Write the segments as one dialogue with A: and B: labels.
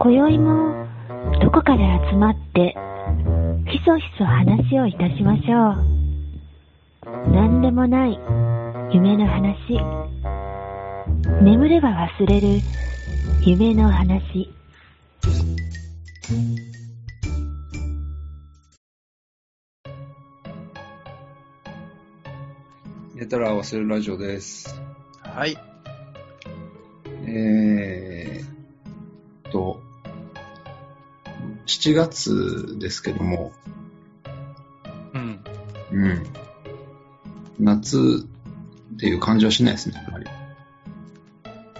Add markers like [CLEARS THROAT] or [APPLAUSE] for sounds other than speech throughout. A: 今宵もどこかで集まってひそひそ話をいたしましょう何でもない夢の話眠れば忘れる夢の話
B: 寝たら忘れるラジオです。
C: はい。
B: えーっと、7月ですけども、
C: うん。
B: うん。夏っていう感じはしないですね、やっぱ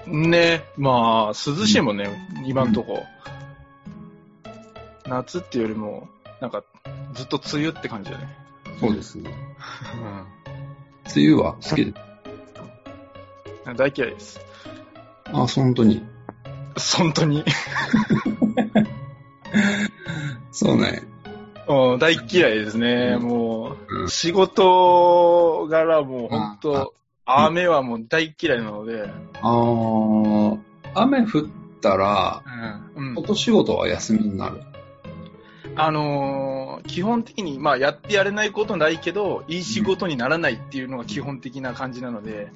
B: り。
C: ね、まあ、涼しいもんね、今んとこ。夏っていうよりも、なんか、ずっと梅雨って感じだね。
B: そうですね。梅雨は好きです。
C: うん。大嫌いです。
B: あ、本当に。
C: 本当に。 [LAUGHS]
B: そうね。
C: うん、大嫌いですね。
B: うん
C: も
B: うん
C: う、仕事柄もう本
B: あ
C: 当、雨はもう大嫌いなので、
B: あー、雨降ったら、
C: うん。
B: 外仕事は休みになる。
C: あのー基本的に、まあ、やってやれないことないけど、いい仕事にならないっていうのが基本的な感じなので、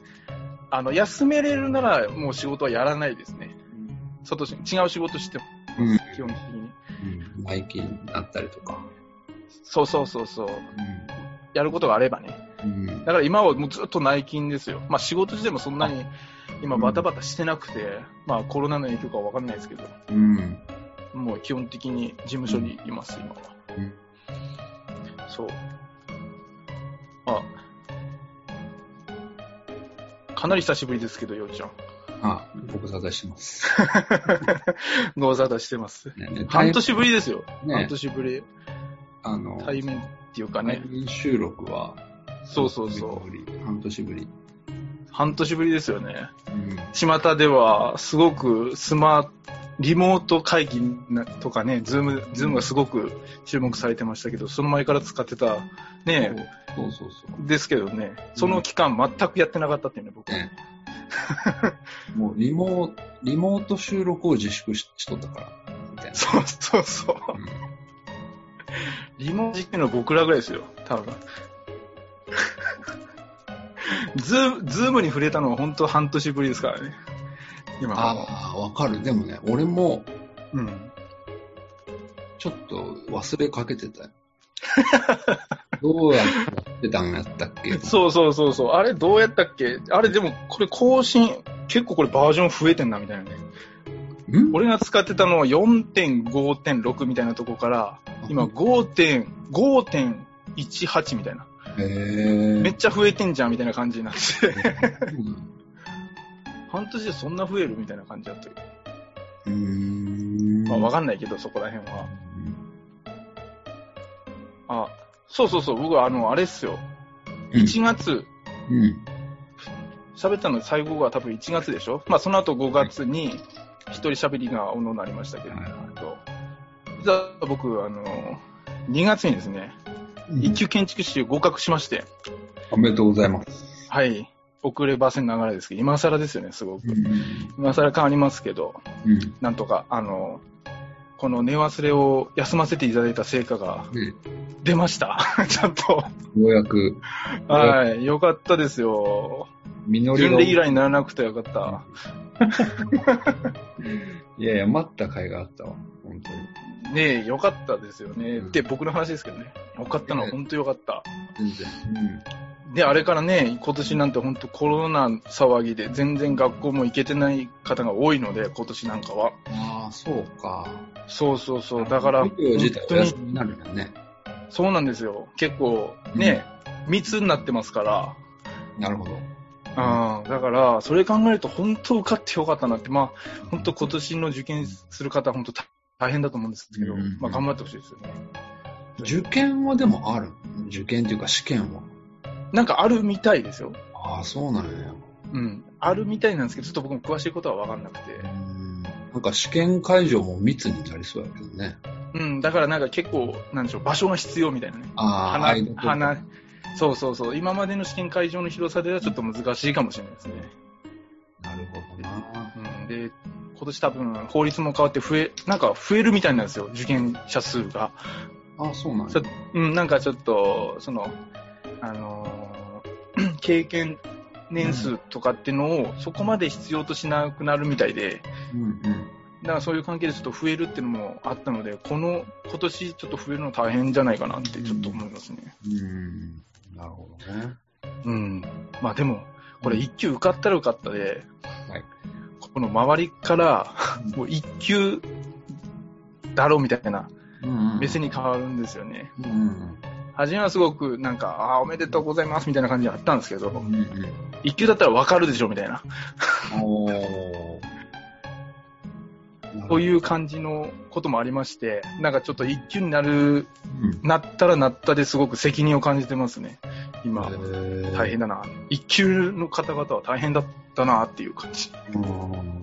C: あの、休めれるなら、もう仕事はやらないですね。外し、違う仕事しても、
B: うん。
C: 基本的に。
B: うん、ナイキになったりとか。
C: そうそうそうそう。やることがあればね。
B: うん。うん
C: だから今はもうずっと内勤ですよ。まあ、仕事自体もそんなに、今バタバタしてなくて、まあ、コロナの影響かわかんないですけど、
B: うん。
C: もう基本的に事務所にいます、今は。
B: うん
C: そう。あ、かなり久しぶりですけど、ようちゃん。
B: あ、ご無沙汰してます。
C: [LAUGHS]
B: [LAUGHS]
C: ご無沙汰してます。
B: ねね
C: 半年ぶりですよ。
B: ね
C: 半年ぶり。
B: あの、
C: 対面っていうか
B: 対
C: ね。
B: 面収録は、
C: そうそうそう。
B: う。半年ぶり。
C: 半年ぶりですよね。
B: うん。
C: 巷では、すごくスマリモート会議なとかね、ズーム、ズームがすごく注目されてましたけど、その前から使ってた、ね、
B: そうそうそう
C: ですけどね、その期間全くやってなかったっていうね、 [LAUGHS] 僕。
B: ねもうリモート、リモート収録を自粛ししとったから、みたいな。
C: そうそうそう。
B: うん
C: リモートっていうのは僕らぐらいですよ、多分。 [LAUGHS] ズーム、ズームに触れたのは本当半年ぶりですからね。今は。
B: ああ、わかる。でもね、俺も、
C: うん。
B: ちょっと忘れかけて
C: [LAUGHS]
B: たよ。どうやってやってたんやったっけ
C: そうそうそうそう。あれどうやったっけあれでもこれ更新、結構これバージョン増えてんなみたいなね。
B: うん
C: 俺が使ってたのは4.5.6みたいなとこから、今5.5.18みたいな。
B: へえ。
C: めっちゃ増えてんじゃんみたいな感じになって。
B: うん
C: 半年でそんな増えるみたいな感じだったけど。
B: うーん。
C: まあわかんないけど、そこら辺は。
B: うん
C: あ、そうそうそう、僕はあの、あれっすよ。1月、
B: うん。
C: 喋ったの最後が多分1月でしょまあその後5月に、一人喋りがおのになりましたけど、
B: はい
C: じゃあ僕、あの、2月にですね、
B: うん
C: 一級建築士を合格しまして、
B: おめでとうございます。
C: はい、遅ればせながらですけど、今更ですよね、すごく。
B: うん。
C: 今更変わりますけど、
B: うん。
C: なんとか、あの、この寝忘れを休ませていただいた成果が
B: ね
C: 出ました。 [LAUGHS] ちゃんと。
B: ようやく、
C: はい。よかったですよ。
B: 実り
C: 準
B: が。
C: レギュラーにならなくてよかった。
B: いやいや、待った甲斐があったわ。本当に。
C: ねえ、よかったですよね。
B: うん
C: で、僕の話ですけどね。よかったのは本当よかった。
B: 全然。
C: で、あれからね、今年なんて本当コロナ騒ぎで全然学校も行けてない方が多いので、今年なんかは。
B: うん。ああ、そうか。
C: そうそうそう。だから、
B: 授業自体お
C: 本
B: 休
C: 当
B: みになるよね。
C: そうなんですよ。結構、ね、密になってますから。
B: なるほど。
C: うん、だから、それ考えると本当受かってよかったなって、まあ、本当今年の受験する方、本当大変だと思うんですけど、
B: うん
C: まあ頑張ってほしいですよね。
B: 受験はでもある。受験っていうか試験は。
C: なんかあるみたいですよ。
B: ああ、そうなんや。
C: うん。あるみたいなんですけど、ちょっと僕も詳しいことは分かんなくて
B: う。ん。なんか試験会場も密になりそうやけどね。
C: うん。だからなんか結構、なんでしょう、場所が必要みたいなね。
B: ああ、
C: 花、
B: 花。
C: 花、そうそうそう。今までの試験会場の広さではちょっと難しいかもしれないですね。
B: なるほどな。
C: うん。で、今年多分法律も変わって増え、なんか増えるみたいなんですよ、受験者数が。
B: あ、そうなん
C: ち
B: や
C: ょ。うん、なんかちょっと、その、あのー [CLEARS THROAT] 経験年数とかってのをそこまで必要としなくなるみたいで、
B: うんうん。
C: だからそういう関係でちょっと増えるっていうのもあったので、この、今年ちょっと増えるの大変じゃないかなってちょっと思いますね。
B: うん。なるほどね。
C: うん。まあでも、これ一級受かったら受かったで、
B: はい
C: この周りから、 [LAUGHS]
B: うん
C: もう一級だろうみたいな
B: うんうん
C: 目線に変わるんですよね。
B: うんうん
C: 初めはすごくなんか、ああ、おめでとうございますみたいな感じだったんですけど、
B: うんうん。
C: 一級だったらわかるでしょみたいな、
B: おー。
C: こういう感じのこともありまして、なんかちょっと一級になる、
B: うん、
C: なったらなったですごく責任を感じてますね。今、大
B: 大
C: 変だな。一級の方々は大変だったなっていう感じ。
B: うーん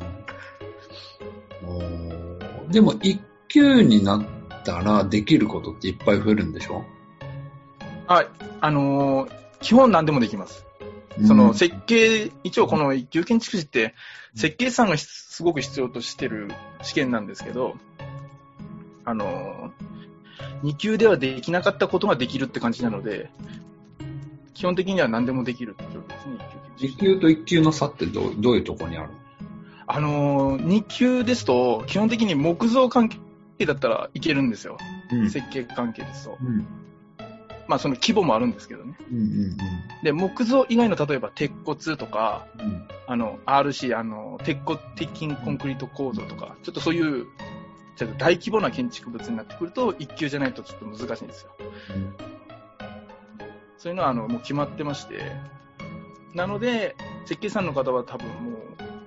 B: おーでも、一級になったらできることっていっぱい増えるんでしょ
C: はい。あのー基本何でもできます。その設計、一応この一級建築士って設計士さんがひすごく必要としてる試験なんですけど、あのー、2級ではできなかったことができるって感じなので、基本的には何でもできるって状況ですね、
B: 一
C: 一級建築士。
B: 級と一級の差ってどうどういうとこにある
C: あのー、2級ですと、基本的に木造関係だったらいけるんですよ。
B: うん
C: 設計関係ですと。
B: うん
C: まあその規模もあるんですけどね。
B: うんうん
C: で、木造以外の例えば鉄骨とか、
B: うんうん
C: あの、RC、あの、鉄骨、鉄筋コンクリート構造とか、ちょっとそういう、ちょっと大規模な建築物になってくると、一級じゃないとちょっと難しいんですよ。そういうのは、あの、もう決まってまして、なので、設計士さんの方は多分もう、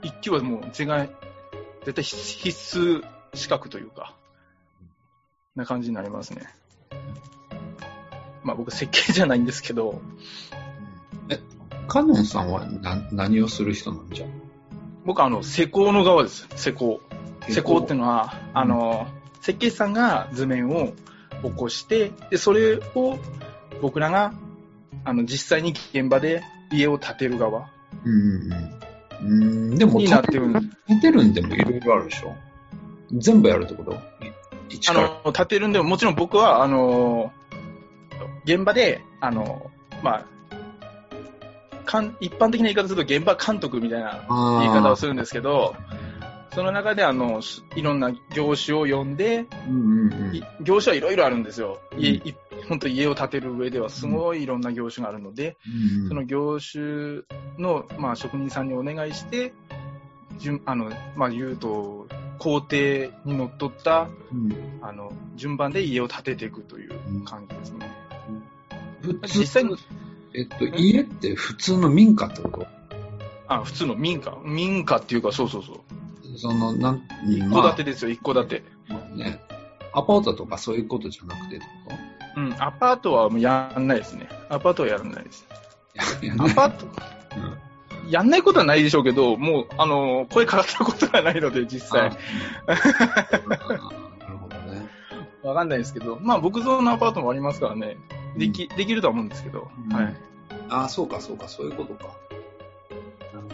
C: 一級はもう、絶対、絶対必必須資格というか、な感じになりますね。まあ僕、設計じゃないんですけど、
B: え、カノンさんはな何をする人なんじゃ
C: 僕はあの、施工の側です。施工。施工っていうのは、
B: うん
C: あの、設計士さんが図面を起こして、で、それを僕らが、あの、実際に現場で家を建てる側
B: うんうんうん。うん、でも
C: に
B: 建
C: なって
B: て
C: るん
B: る、建てるんでもいろいろあるでしょ全部やるってことい一
C: あ
B: から。
C: の、建てるんでも、もちろん僕は、あの、現場で、あの、まあ、かん一般的な言い方すると現場監督みたいな
B: あ
C: 言い方を
B: る。
C: するんですけど、その中で、あの、いろんな業種を呼んで、
B: うんうんうん
C: い。業種はいろいろあるんですよ。家
B: うん
C: い本当家を建てる上ではすごいいろんな業種があるので、その業種の、まあ、職人さんにお願いして、順あの、まあ、言うと、工程にのっとった、
B: うん
C: あの、順番で家を建てていくという感じですね。
B: 普通
C: 実際に、
B: えっと、家って普通の民家ってこと
C: あ、普通の民家。民家っていうか、そうそうそう。
B: その、なん、
C: 一
B: ま
C: 戸
B: あ
C: 建てですよ、一戸建て。
B: まあね、アパートとかそういうことじゃなくてってこ
C: うん、アパートはもうやんないですね。アパートはやらないです。
B: といや
C: アパート、
B: うん
C: [LAUGHS] やんないことはないでしょうけど、もう、あの、声かかったことがないので、実際。
B: あ
C: [LAUGHS]
B: なるほどね。
C: わかんないですけど、まあ、木造のアパートもありますからね、でき、できるとは思うんですけど、
B: うん
C: はい。
B: ああ、そうか、そうか、そういうことか。なる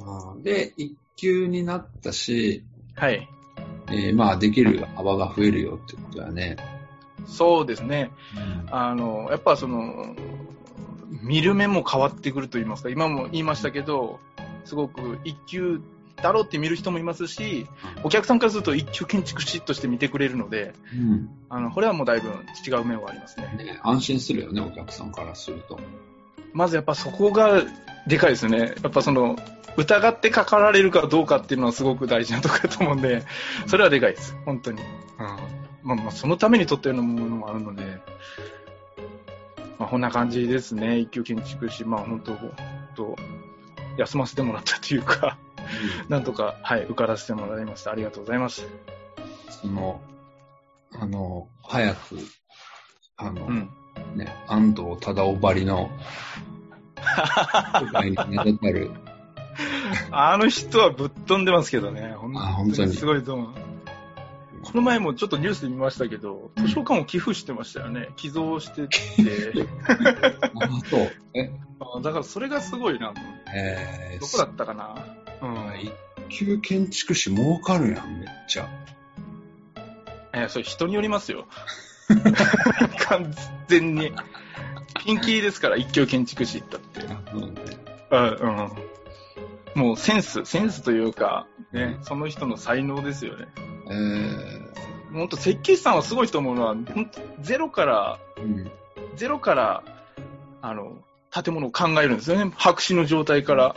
B: ほど。あーで、一級になったし、
C: はい。
B: えーまあ、できる幅が増えるよってことだね。
C: そうですね。あの、やっぱその、見る目も変わってくると言いますか、今も言いましたけど、すごく一級だろうって見る人もいますし、お客さんからすると一級建築士として見てくれるので、
B: うん。
C: あの、これはもうだいぶ違う面はありますね。
B: ね、安心するよね、お客さんからすると。
C: まずやっぱそこがでかいですね。やっぱその、疑ってかかられるかどうかっていうのはすごく大事なところだと思うんで、それはでかいです。本当に。うん。まあまあ、そのために撮ってるのもあるので、まあこんな感じですね。一級建築士、まあ本当、本当休ませてもらったというか、 [LAUGHS] なんとか、はい、受からせてもらいました。ありがとうございます。
B: その、あの、早く、あの、
C: うん。
B: ね、安藤忠雄ばりの、世界に名だたる、
C: あの人はぶっ飛んでますけどね。
B: あ
C: 本
B: 本
C: 当
B: 当に
C: にすごいと思う。この前もちょっとニュースで見ましたけど、図書館を寄付してましたよね。寄贈してて。
B: あそう、え、
C: あだからそれがすごいなと思って。
B: えー、
C: どこだったかなうん。
B: 一級建築士儲かるやん、めっちゃ。
C: いや、それ人によりますよ。 [LAUGHS] 完全に。ピンキリですから、一級建築士ったって。
B: うん
C: うん、うん。もうセンス、センスというか、ね、その人の才能ですよね。
B: え
C: 本当設計士さんはすごいと思うのは、ほんとゼロから、
B: ーうん
C: ゼロから、あの、建物を考えるんですよね。白紙の状態から。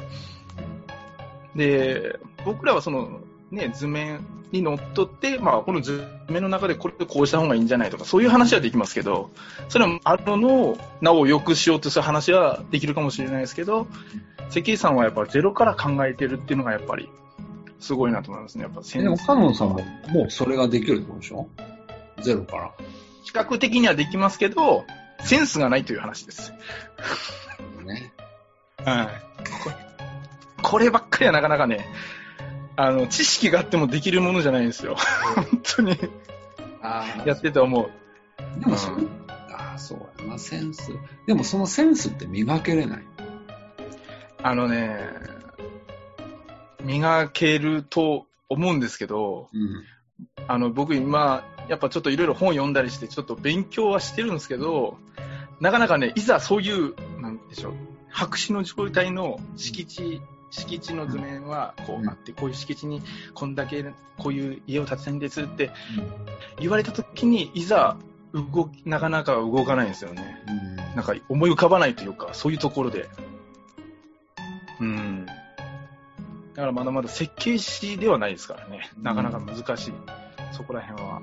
C: で、僕らはその、ね、図面にのっとって、まあ、この図面の中でこれでこうした方がいいんじゃないとか、そういう話はできますけど、それはあのの、なお良くしようとする話はできるかもしれないですけど、関井さんはやっぱゼロから考えてるっていうのがやっぱり、すごいなと思いますね。やっぱ
B: え、でも、カノンさんも、もうそれができるってことでしょゼロから。
C: 比較的にはできますけど、センスがないという話です。
B: ね。
C: はい。こればっかりはなかなかね、あの、知識があってもできるものじゃないんですよ。本当に。
B: あ
C: やってて思う。
B: でもそれ、
C: う
B: ああ、そうやな、センス。でもそのセンスって磨けれない。
C: あのね、磨けると思うんですけど、
B: うん。
C: あの、僕今、やっぱちょっといろいろ本読んだりして、ちょっと勉強はしてるんですけど、なかなかね、いざそういう、なんでしょう、白紙の状態の敷地、敷地の図面はこうあって、こういう敷地にこんだけ、こういう家を建てたいんですって言われた時に、いざ、動き、なかなか動かないんですよね。
B: うん。
C: なんか思い浮かばないというか、そういうところで。うん。だからまだまだ設計士ではないですからね。なかなか難しい。そこら辺は。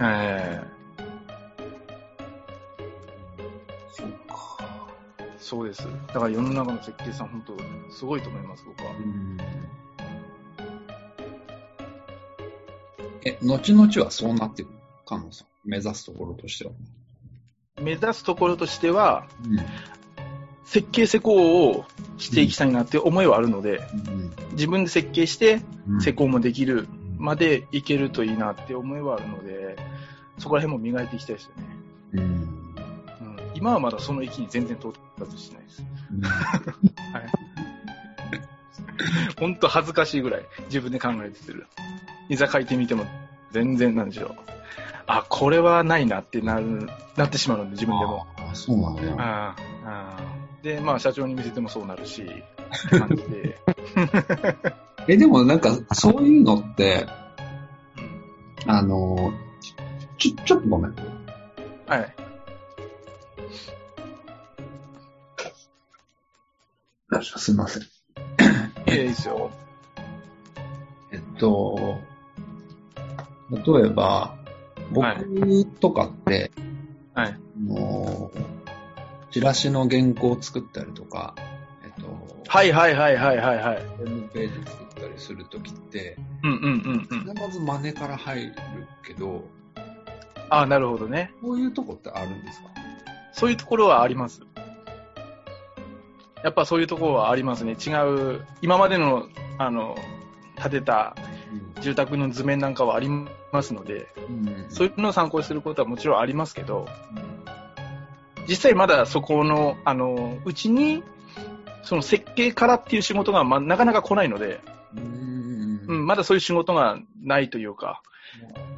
C: え
B: そうか。
C: えそうです。だから世の中の設計士さん、本当すごいと思います、僕は。
B: うん。え、後々はそうなっていくるカノンさん。目指すところとしては。
C: 目指すところとしては、
B: うん。
C: 設計施工をしていきたいなっていう思いはあるので、自分で設計して
B: うん
C: 施工もできるまでいけるといいなって思いはあるので、そこら辺も磨いていきたいですよね。
B: うん。 [LAUGHS]
C: うん今はまだその域に全然到達してないです。ほんと恥ずかしいぐらい自分で考えてる。いざ書いてみても全然なんでしょう。あ、これはないなってなる、なってしまうので自分でも。
B: ああ、そうなんだよ。
C: ああで、まあ社長に見せてもそうなるし、って感じ [LAUGHS] で。
B: え、でもなんか、そういうのって、
C: うん
B: あの、ちょ、ちょっとごめん。
C: はい。
B: すいません。
C: いいですよ。
B: えっと、例えば、
C: は
B: 僕とかって、
C: はい。
B: あのチラシの原稿を作ったりとか、えっと、
C: はいはいはいはいはいはい。
B: ホームページ作ったりするときって、
C: うんうんうんうん。
B: 必ず真似から入るけど、
C: ああ、なるほどね。
B: こういうとこってあるんですか
C: そういうところはあります。やっぱそういうところはありますね。違う、今までの、あの、建てた住宅の図面なんかはありますので、
B: うん
C: そういうのを参考にすることはもちろんありますけど、実際まだそこの、あの、うちに、その設計からっていう仕事が、まあ、なかなか来ないので、
B: うん。
C: う
B: うん
C: ん、まだそういう仕事がないというか、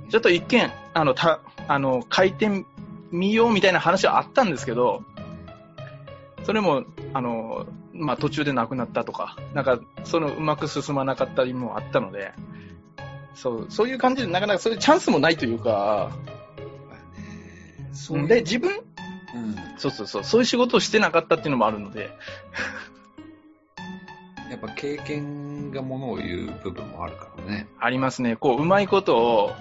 C: ちょっと一見、あの、た、あの、書いてみようみたいな話はあったんですけど、それも、あの、まあ、途中でなくなったとか、なんか、その、うまく進まなかったりもあったので、そう、そういう感じで、なかなかそういうチャンスもないというか、
B: そう
C: で、
B: で、
C: 自分、
B: うん
C: そうそうそう、そういう仕事をしてなかったっていうのもあるので、
B: やっぱ経験がものを言う部分もあるからね。
C: ありますね。こう、うまいことを、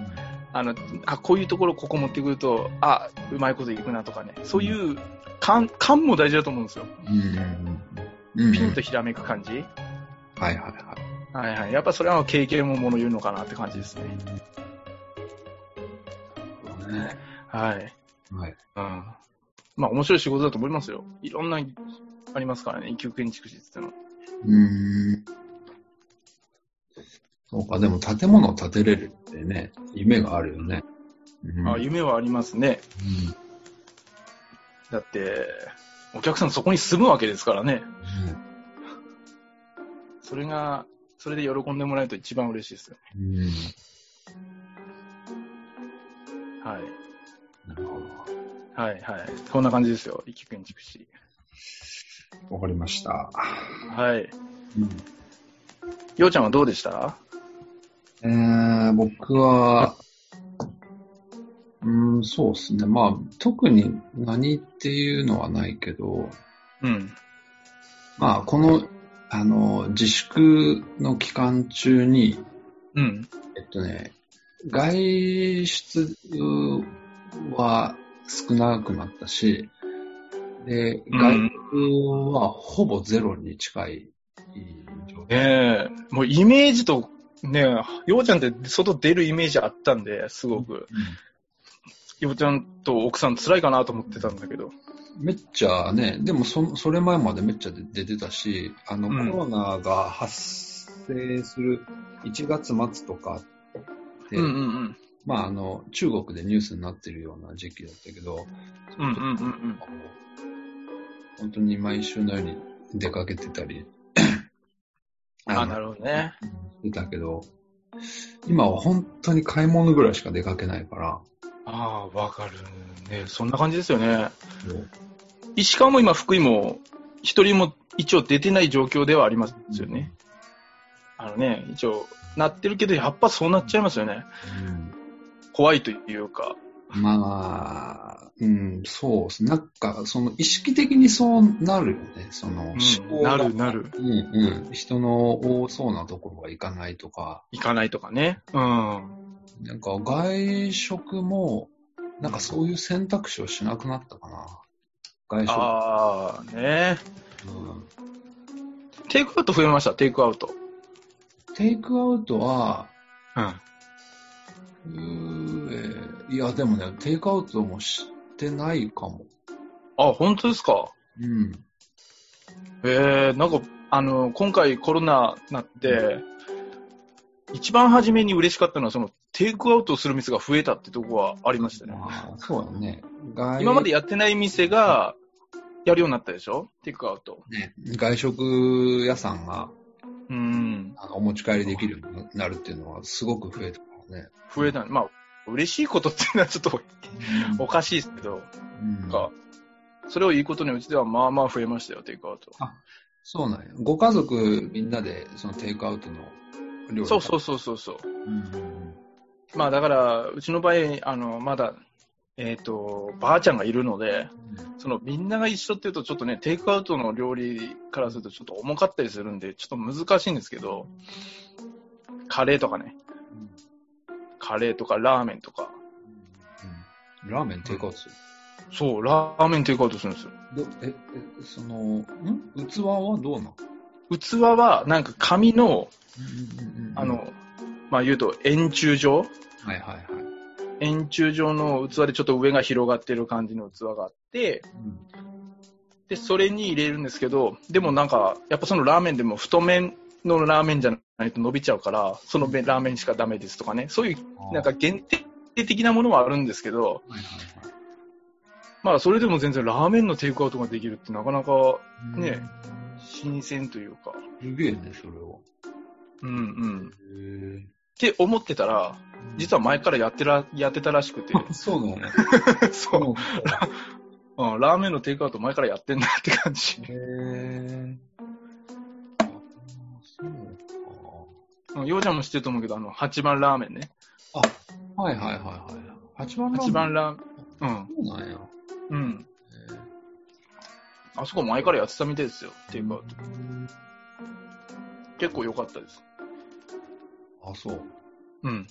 C: あの、あ、こういうところここ持ってくると、あ、うまいこといくなとかね、そういう感、感も大事だと思うんですよ。
B: うん。うん。
C: ピンとひらめく感じ。
B: はいはいはい。
C: はいはい。やっぱそれは経験ももの言うのかなって感じですね。はい。
B: はい。
C: うん。まあ面白い仕事だと思いますよ。いろんな、ありますからね。一級建築士ってのは。
B: うーん。そうか、でも建物を建てれるってね、夢があるよね。うん
C: あ夢はありますね。だって、お客さんそこに住むわけですからね。
B: うん
C: それが、それで喜んでもらえると一番嬉しいですよ。
B: うん。
C: はい。
B: なるほ
C: はいはい。そんな感じですよ。一曲にちくし。
B: ど。わかりました。
C: は
B: う
C: い。
B: ん
C: ようちゃんはどうでした
B: えー、僕は、うん、そうですね。まあ、特に何っていうのはないけど、
C: うん。
B: まあ、この、あの、自粛の期間中に、
C: うん。
B: えっとね、外出は少なくなったし、で、
C: ん
B: 外出はほぼゼロに近い状態。
C: ねえ、もうイメージと、ねえ、ようちゃんって外出るイメージあったんで、すごく。ようちゃんと奥さん辛いかなと思ってたんだけど。
B: めっちゃね、でもそそれ前までめっちゃ出てたし、あの、
C: うん
B: コロナが発生する1月末とかって、
C: うんうんうん。
B: まああの、中国でニュースになってるような時期だったけど、
C: うんうんうんうん。
B: あの本当に毎週のように出かけてたり、
C: あ、なるほどね。
B: してたけど、今は本当に買い物ぐらいしか出かけないから、
C: ああ、わかる。ねそんな感じですよね。石川も今、福井も、一人も一応出てない状況ではありますよね。あのね、一応、なってるけど、やっぱそうなっちゃいますよね。
B: うん
C: 怖いというか。
B: まあ、うん、そうっす。なんか、その意識的にそうなるよね。その
C: うん
B: 思考
C: な
B: が、
C: るなる。
B: うんうん。人の多そうなところは行かないとか、
C: 行かないとかね。うん。
B: なんか外食も、なんかそういう選択肢をしなくなったかな。外食。
C: ああ、ね
B: うん、
C: テイクアウト増えました、テイクアウト。
B: テイクアウトは、
C: うん。
B: うーえーいやでもね、テイクアウトもしてないかも。
C: あ、本当ですか。
B: うん。
C: えー、なんか、あの、今回コロナなって、一番初めに嬉しかったのは、その、テイクアウトする店が増えたってとこはありましたね。
B: まあ、そうだね。外
C: 今までやってない店が、やるようになったでしょテイクアウト。
B: ね、外食屋さんが、
C: うん。
B: あのお持ち帰りできるようになるっていうのはすごく増えたからね。
C: 増えた。まあ、嬉しいことっていうのはちょっとおかしいですけど、
B: うん
C: なんか、それをいいことにうちではまあまあ増えましたよ、テイクアウト。
B: そうなんや。ご家族みんなでそのテイクアウトの料理。
C: そうそううそうそうそう。
B: うん
C: まあだから、うちの場合、あの、まだ、えっ、と、ばあちゃんがいるので、そのみんなが一緒っていうと、ちょっとね、テイクアウトの料理からするとちょっと重かったりするんで、ちょっと難しいんですけど、カレーとかね、カレーとかラーメンとか、
B: うんラーメンテイクアウトする。
C: そう、ラーメンテイクアウトするんですよ。
B: どえ、え、その、ん器はどうなの
C: 器は、なんか紙の、あ、
B: うん
C: の、まあ言うと円柱状
B: はいはいはい。
C: 円柱状の器でちょっと上が広がってる感じの器があって、で、それに入れるんですけど、でもなんか、やっぱそのラーメンでも太麺のラーメンじゃないと伸びちゃうから、その麺ラーメンしかダメですとかね、そういう
B: あー
C: なんか、限定的なものはあるんですけど、
B: はいはいは
C: まあそれでも全然ラーメンのテイクアウトができるってなかなか
B: い
C: ね、新鮮というか、
B: すげえね、それは。
C: うんうん。
B: へー
C: って思ってたら、実は前からやってら、やってたらしくて、
B: [LAUGHS] そうなのね。
C: [LAUGHS] そう、うん、ラーメンのテイクアウト前からやってんなって感じ。
B: へぇー。あそう
C: うんようちゃんも知ってると思うけど、あの、八番ラーメンね。
B: か。あ、はいはいはいはい。8番ラーメン
C: 八番ラーメン、
B: そうなんや。
C: うん、うん。あそこ前からやってたみたいですよ、テイクアウト。結構良かったです。
B: あ、そう。
C: うん。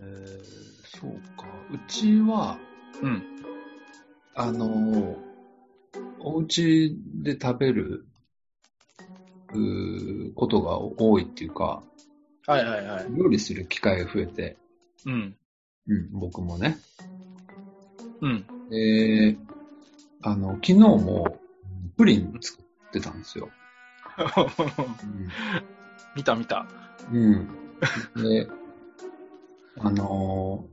B: えー、そうか。うちは、
C: うん。
B: あのー、お家で食べる、うーことが多いっていうか、
C: はいはいはい。
B: 料理する機会が増えて、
C: うん。
B: うん、僕もね。
C: うん。 [LAUGHS]
B: えー、あの、昨日もプリン作ってたんですよ。うん
C: 見た見た。
B: うん。で、あのー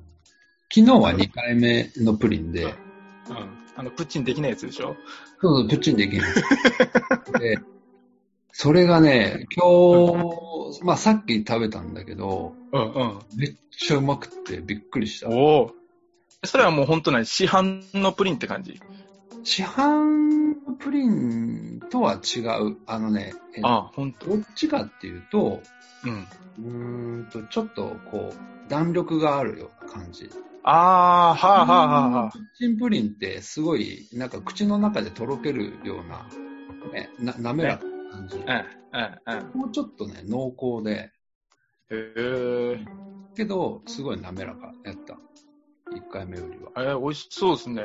B: 昨日は2回目のプリンで、
C: うん。あの、プッチンできないやつでしょ
B: [LAUGHS] そうそう、プッチンできる。で、それがね、今日、まあさっき食べたんだけど、
C: うんうん。
B: めっちゃうまくてびっくりした。
C: おお。それはもう本当ない。市販のプリンって感じ。
B: 市販のプリンとは違う。あのね、え
C: ああ、本当。
B: どっちかっていうと、
C: うん。
B: うーんと、ちょっとこう、弾力があるような感じ。
C: ああー、はあはあはあはあ
B: キッチンプリンってすごい、なんか口の中でとろけるような、ね、な滑らかな感じ。
C: うんうんうん。
B: もうちょっとね、濃厚で、
C: へえ。
B: けど、すごい滑らかやった。一回目よりは。
C: えー、美味しそうですね。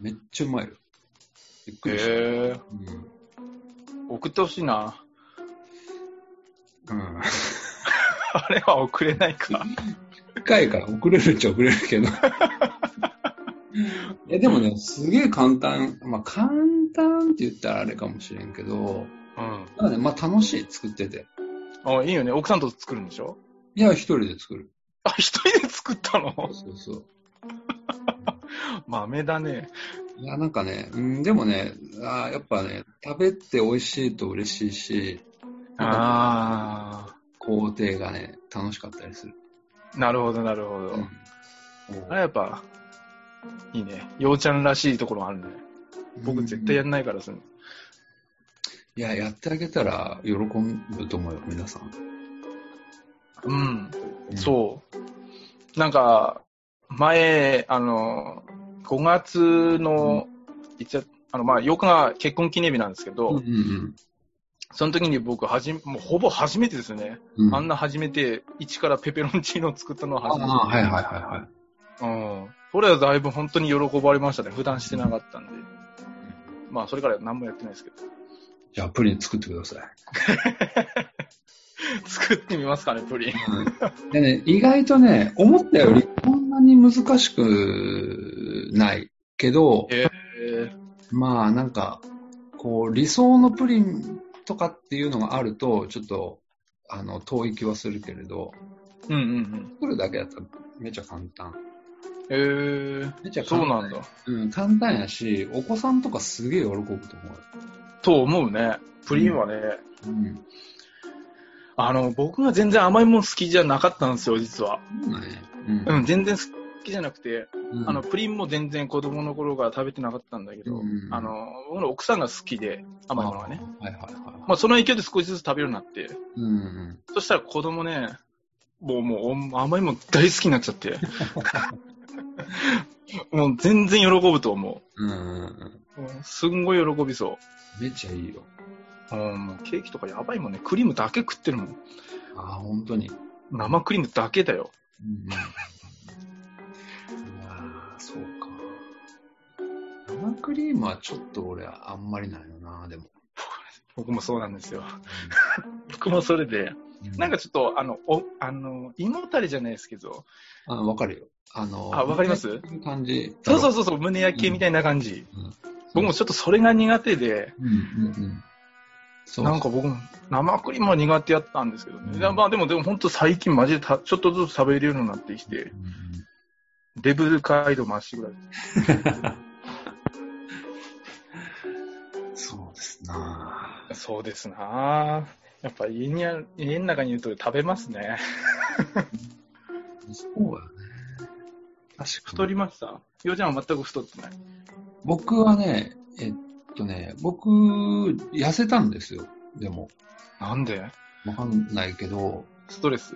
B: めっちゃうまいよ。びっくりした。
C: へえ。
B: うん
C: 送ってほしいな。
B: うん。
C: あれは送れないか。
B: 一回から遅れるっちゃ遅れるけど。いや、でもね、すげえ簡単。まあ、簡単って言ったらあれかもしれんけど、
C: うん。
B: ただね、まあ、楽しい、作ってて。
C: あいいよね。奥さんと作るんでしょ
B: いや、一人で作る。
C: あ、一人で作った
B: そう [LAUGHS]
C: の
B: そうそう。
C: 豆だね。
B: いや、なんかね、うん、でもね、あーやっぱね、食べて美味しいと嬉しいし、
C: あ
B: 工程がね、楽しかったりする。
C: あ。なるほど、なるほど。
B: うん
C: あれやっぱ、いいね。ようちゃんらしいところあるね。僕絶対やんないからす、
B: いや、やってあげたら喜ぶと思うよ、皆さん。
C: うん。
B: うん
C: そう。なんか、前、あの、5月の、いつやあの、まあ、8日が結婚記念日なんですけど、
B: うんうん
C: その時に僕、はじめ、もうほぼ初めてですよね。
B: うん。うん
C: あんな初めて、一からペペロンチーノを作ったのは初めて。
B: あーはいはいはいはい。
C: うん。これはだいぶ本当に喜ばれましたね。普段してなかったんで。まあ、それから何もやってないですけど。
B: じゃあ、プリン作ってください。
C: [LAUGHS] 作ってみますかね、プリン。
B: でね、意外とね、思ったよりこんなに難しくないけど、
C: えー、
B: まあなんか、こう理想のプリンとかっていうのがあると、ちょっと、あの、遠い気はするけれど、
C: うんうんうん。
B: 作るだけだったらめちゃ簡単。
C: えー、
B: めちゃ簡
C: そ
B: 単。
C: うなんだ。
B: うん、簡単やし、お子さんとかすげえ喜ぶと思う。
C: と思うね。プリンはね、
B: うん。
C: あの、僕が全然甘いもの好きじゃなかったんですよ、実は。
B: そうなんや。うん
C: うん、全然好きじゃなくて、
B: うん
C: あの、プリンも全然子供の頃から食べてなかったんだけど、
B: うん
C: あの、僕の奥さんが好きで、甘いものがね。。
B: はいはいはい。
C: まあ、その影響で少しずつ食べるようになって、
B: うん。
C: そしたら子供ね、もうもう甘いもん大好きになっちゃ [LAUGHS] って。もう全然喜ぶと思
B: うんうん。
C: う。うんすんごい喜びそう。
B: めっちゃいいよ。
C: うん、もうケーキとかやばいもんね。クリームだけ食ってるもん。
B: ああ、本当に。
C: 生クリームだけだよ。
B: うんああ、そうか。生クリームはちょっと俺あんまりないよな、でも。
C: 僕もそうなんですよ。僕もそれで、なんか、ちょっと、あの、お、あの、胃もたれじゃないですけど、
B: あわかるよ。あの、
C: あわかります
B: こういう感じ。
C: そうそううそうそう、胸焼けみたいな感じ。
B: うん
C: 僕もちょっとそれが苦手で、
B: うんうんうん。そう。
C: なんか僕も生クリームは苦手やったんですけどね。
B: うん
C: いやまあでも、でも本当最近マジでたちょっとずつ食べれるようになってきて
B: う、ん、
C: デブル街道まっしぐらい。
B: そうですな。
C: そうですなぁやっぱ家にある、家の中にいると食べますね。
B: そうやね。確か
C: 太
B: に。
C: りました。ようちゃんは全く太ってない。
B: 僕はね、えっとね、僕、痩せたんですよ。でも、
C: なんで
B: わかんないけど、
C: ストレス。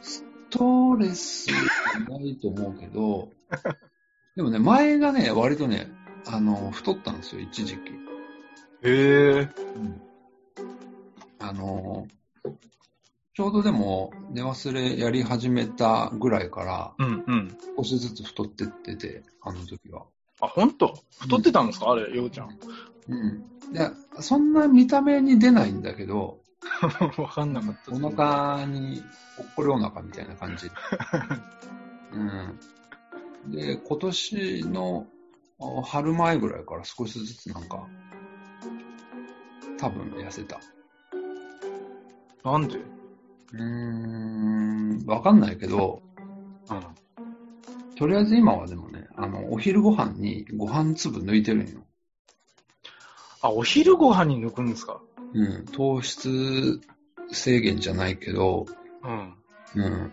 B: ストレスじゃないと思うけ
C: [LAUGHS]
B: ど、でもね、前がね、割とね、あの、太ったんですよ、一時期。
C: へえ。
B: あの、ちょうどでも、寝忘れやり始めたぐらいから、
C: うんうん。
B: 少しずつ太ってってて、あの時は。
C: あ、ほんと太ってたんですか、あれ、ようちゃん。
B: うん。で、そんな見た目に出ないんだけど、
C: [LAUGHS] わかんなかった。
B: お。腹に、ぽっこりお腹みたいな [LAUGHS] 感じ。うん。で、今年のあ春前ぐらいから少しずつなんか、多分痩せた。
C: なんで
B: うーん、わかんないけど、
C: うん。
B: とりあえず今はでもね、あの、お昼ご飯にご飯粒抜いてるんよ。
C: あ、お昼ご飯に抜くんですか
B: うん、糖質制限じゃないけど、
C: うん。
B: うん。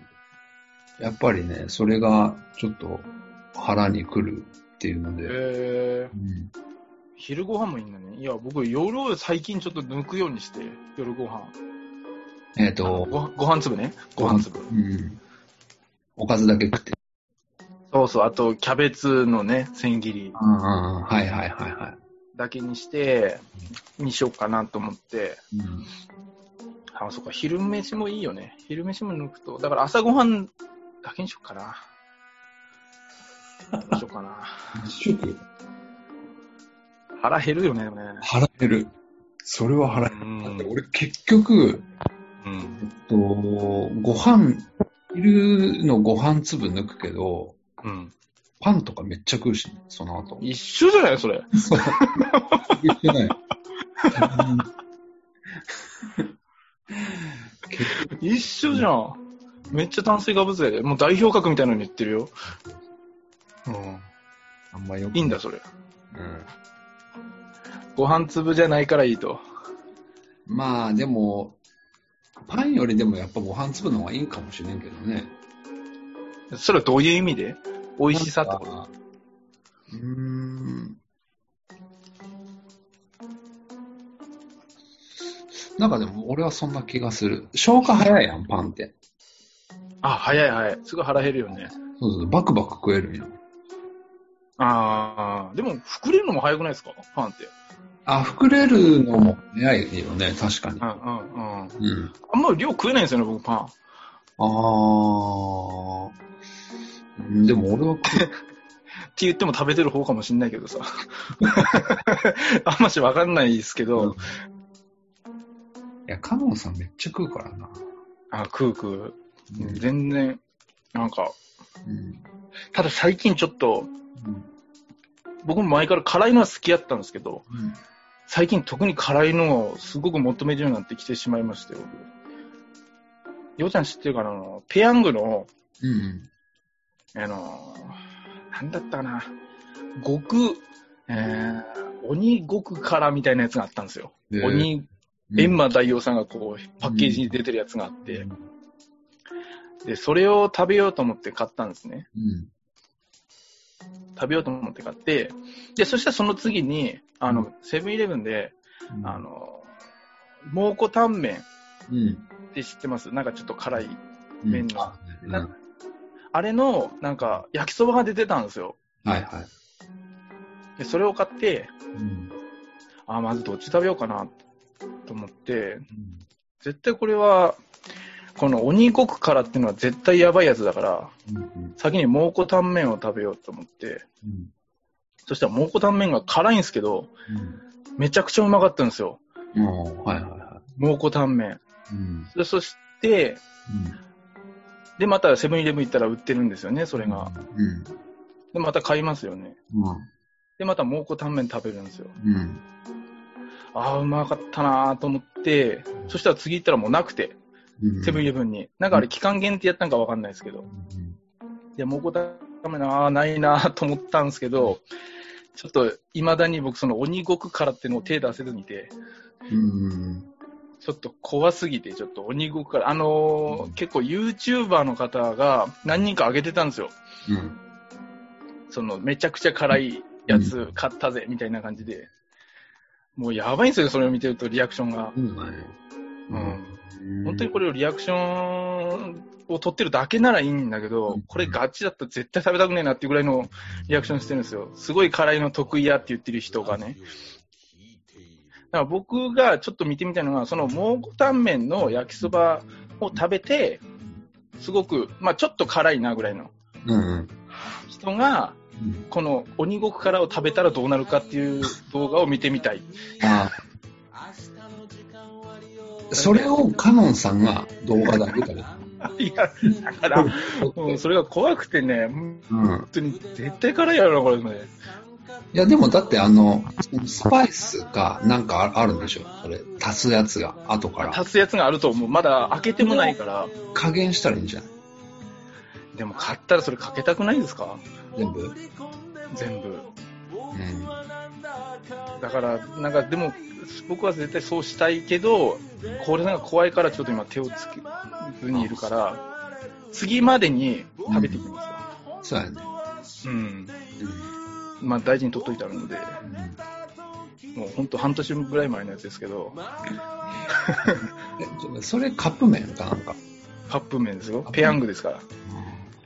B: やっぱりね、それがちょっと腹にくるっていうので、
C: えー、
B: うん、
C: 昼ご飯もいいんだね。いや、僕、夜を最近ちょっと抜くようにして、夜ご飯。
B: えっ、
C: あの
B: と、
C: ごご飯粒ね。ご飯粒。
B: うん、おかずだけ食って。
C: そうそう、あと、キャベツのね、千切り
B: うんうんうん、はいはいはいは
C: だけにして、にしようかなと思って。
B: い。うん、
C: あ、そっか、昼飯もいいよね。昼飯も抜くと。だから朝ごはんだけにしようかな。どうしようかな。
B: 食
C: 腹減るよね、でもね。
B: 腹減る。それは腹減
C: う
B: る。だ
C: ん
B: って俺結局、
C: うん。
B: えっと、ご飯、昼のご飯粒抜くけど、
C: うん。
B: パンとかめっちゃ食うし、その
C: [LAUGHS]
B: 後。
C: 一緒じゃないそれ。
B: そう。言ってない。うん
C: 一緒じゃん。めっちゃ炭水化物やで。もう代表格みたいなの言ってるよ。うん。
B: あんまよく
C: いいんだ、。それ。
B: うん。
C: ご飯粒じゃないからいいと。
B: まあ、でも、パンよりでもやっぱご飯粒の方がいいかもしれんけどね。
C: それはどういう意味で美味しさってこと
B: なんかうーん。なんかでも俺はそんな気がする。消化早いやん、パンって。
C: あ、早い早い。すごい腹減るよね。
B: そうそう、バクバク食えるんよ。
C: ああ、でも、膨れるのも早くないですかパンって。
B: あ、膨れるのも早いよね、確かに
C: う。んうんうん。
B: うん。
C: あんまり量食えないんですよね、僕パン。
B: あーうん。でも俺は食う、
C: って言っても食べてる方かもしんないけど [LAUGHS] さ。あんましわかんないですけど、
B: いや、カノンさんめっちゃ食うからな。
C: あ食う食う。
B: うん
C: 全然、なんか、
B: うん
C: ただ最近ちょっと、
B: うん
C: 僕も前から辛いのは好きやったんですけど、
B: うん
C: 最近特に辛いのをすごく求めるようになってきてしまいまして、僕。ようちゃん知ってるかなあのペヤングの、
B: うん。
C: あのー、なんだったかな、極、えー、鬼極辛みたいなやつがあったんですよ。
B: で
C: 鬼
B: うん
C: エンマ大王さんがこう、パッケージに出てるやつがあって、で、それを食べようと思って買ったんですね。
B: うん。
C: 食べようと思って買って、で、そしたらその次に、あの、セブンイレブンで、あ、の、蒙古タンメンっ
B: うん。
C: て知ってますなんかちょっと辛い。
B: うん
C: 麺の
B: うん
C: なあれの、なんか、焼きそばが出てたんですよ。
B: はいはい。
C: で、それを買って、
B: うん。
C: あ、まずどっち食べようかな、と思って、絶対これは、この鬼極辛っていうのは絶対やばいやつだから、
B: うんうん
C: 先に蒙古タンメンを食べようと思って、
B: うん
C: そしたら蒙古タンメンが辛いんですけど、めちゃくちゃうまかったんですよ。
B: うん。もう、はいはいは
C: 蒙古タンメン。
B: い。うん。
C: でそして、で、またセブンイレブン行ったら売ってるんですよね、そ
B: そ
C: れが。。
B: うん。
C: で、また買いますよね。
B: うん。
C: で、また蒙古タンメン食べるんですよ。
B: うん。
C: ああ、うまかったなーと思って、そしたら次行ったらもうなくて、
B: うん
C: セブンイレブンに。なんかあれ期間限定やったんかわかんないですけど。で、蒙古タンメンああ、ないなーと思ったんですけど、ちょっと未だに僕その鬼極辛ってのを手出せずにて、
B: うん。
C: ちょっと怖すぎて、ちょっと鬼ごっこから、あのー結構 YouTuber の方が何人か上げてたんですよ。
B: うん。
C: その、めちゃくちゃ辛いやつ買ったぜ、みたいな感じで。もうやばいんですよ、それを見てるとリアクションが。
B: うん。うん
C: うん。
B: うん。
C: 本当にこ
B: れ。
C: れをリアクションを取ってるだけならいいんだけど
B: うん、
C: これガチだったら絶対食べたくねえなっていうぐらいのリアクションしてるんですよ。すごい辛いの得意やって言ってる人がね。だから僕がちょっと見てみたいのは、その蒙古タンメンの焼きそばを食べて、すごく、まあちょっと辛いなぐらいの
B: うんうん。
C: 人が、この鬼獄辛を食べたらどうなるかっていう動画を見てみ
B: [LAUGHS]
C: たい。
B: あそれをカノンさんが動画だけだね。
C: いや、だから、うんそれが怖くてね、本
B: うん。
C: 当に絶対辛いやろな、これね。
B: いや、でもだってあの、スパイスがなんかああるんでしょそれ。足すやつが、後から。
C: 足すやつがあると思う。まだ開けてもないから。
B: 加減したらいいんじゃない
C: でも買ったらそれかけたくないですか
B: 全部。
C: 全部。
B: うん。
C: だだから、なんかでも、僕は絶対そうしたいけど、これなんか怖いからちょっと今手をつけずにいるから、次までに食べていきま
B: そうやね。
C: すよ。うん。
B: う
C: まあ大事に取っといてあるので、
B: んうん
C: もうほんと半年ぐらい前のやつですけど、
B: えちょそれカップ麺かなんか。
C: カップ麺ですよ。ペヤングですから。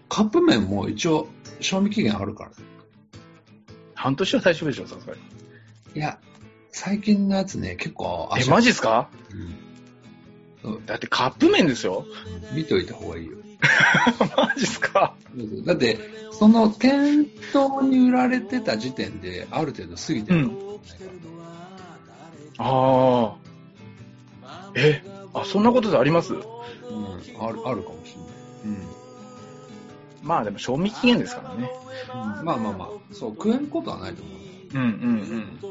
B: カップ麺も一応、賞味期限あるからね。
C: 半年は大丈夫でしょ、さすがに。
B: いや、最近のやつね、結構
C: え、
B: 足、
C: マジですか
B: うん、
C: だってカップ麺ですよ。 [LAUGHS]
B: 見といた方がいいよ。
C: マジですか
B: だって、その店頭に売られてた時点で、ある程度過ぎてるかもしれないからね
C: ああ。え、あ、そんなことであります
B: うん、あるあるかもしれない。うん
C: まあでも賞味期限ですからね。
B: うんまあまあまあ、そう、食えんことはないと思う。
C: うんうん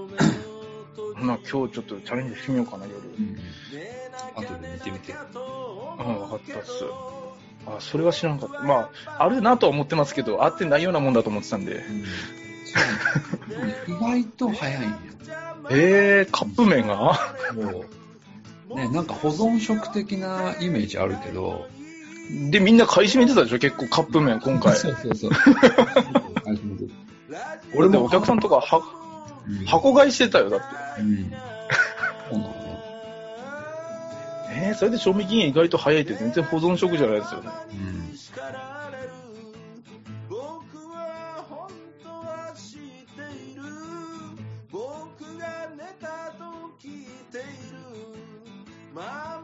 C: うん。 [COUGHS] まあ今日ちょっとチャレンジしてみようかな、夜。う
B: うん。後で見てみて。
C: ん、わかったっす。あ、それは知らんかった。まあ、あるなとは思ってますけど、あってないようなもんだと思ってたんで。
B: 意外と早いん
C: えー、カップ麺が [LAUGHS]
B: よ。もう、ね、なんか保存食的なイメージあるけど、
C: で、みんな買い占めてたでしょ結構カップ麺、今回。
B: そうそうそう。
C: [LAUGHS] 俺もお客さんとかは
B: うん、
C: 箱買いしてたよ、だって。
B: うん。そうなのね。
C: えー、それで賞味期限意外と早いって全然保存食じゃないですよね。
B: うん。
D: 僕が寝たと聞いている周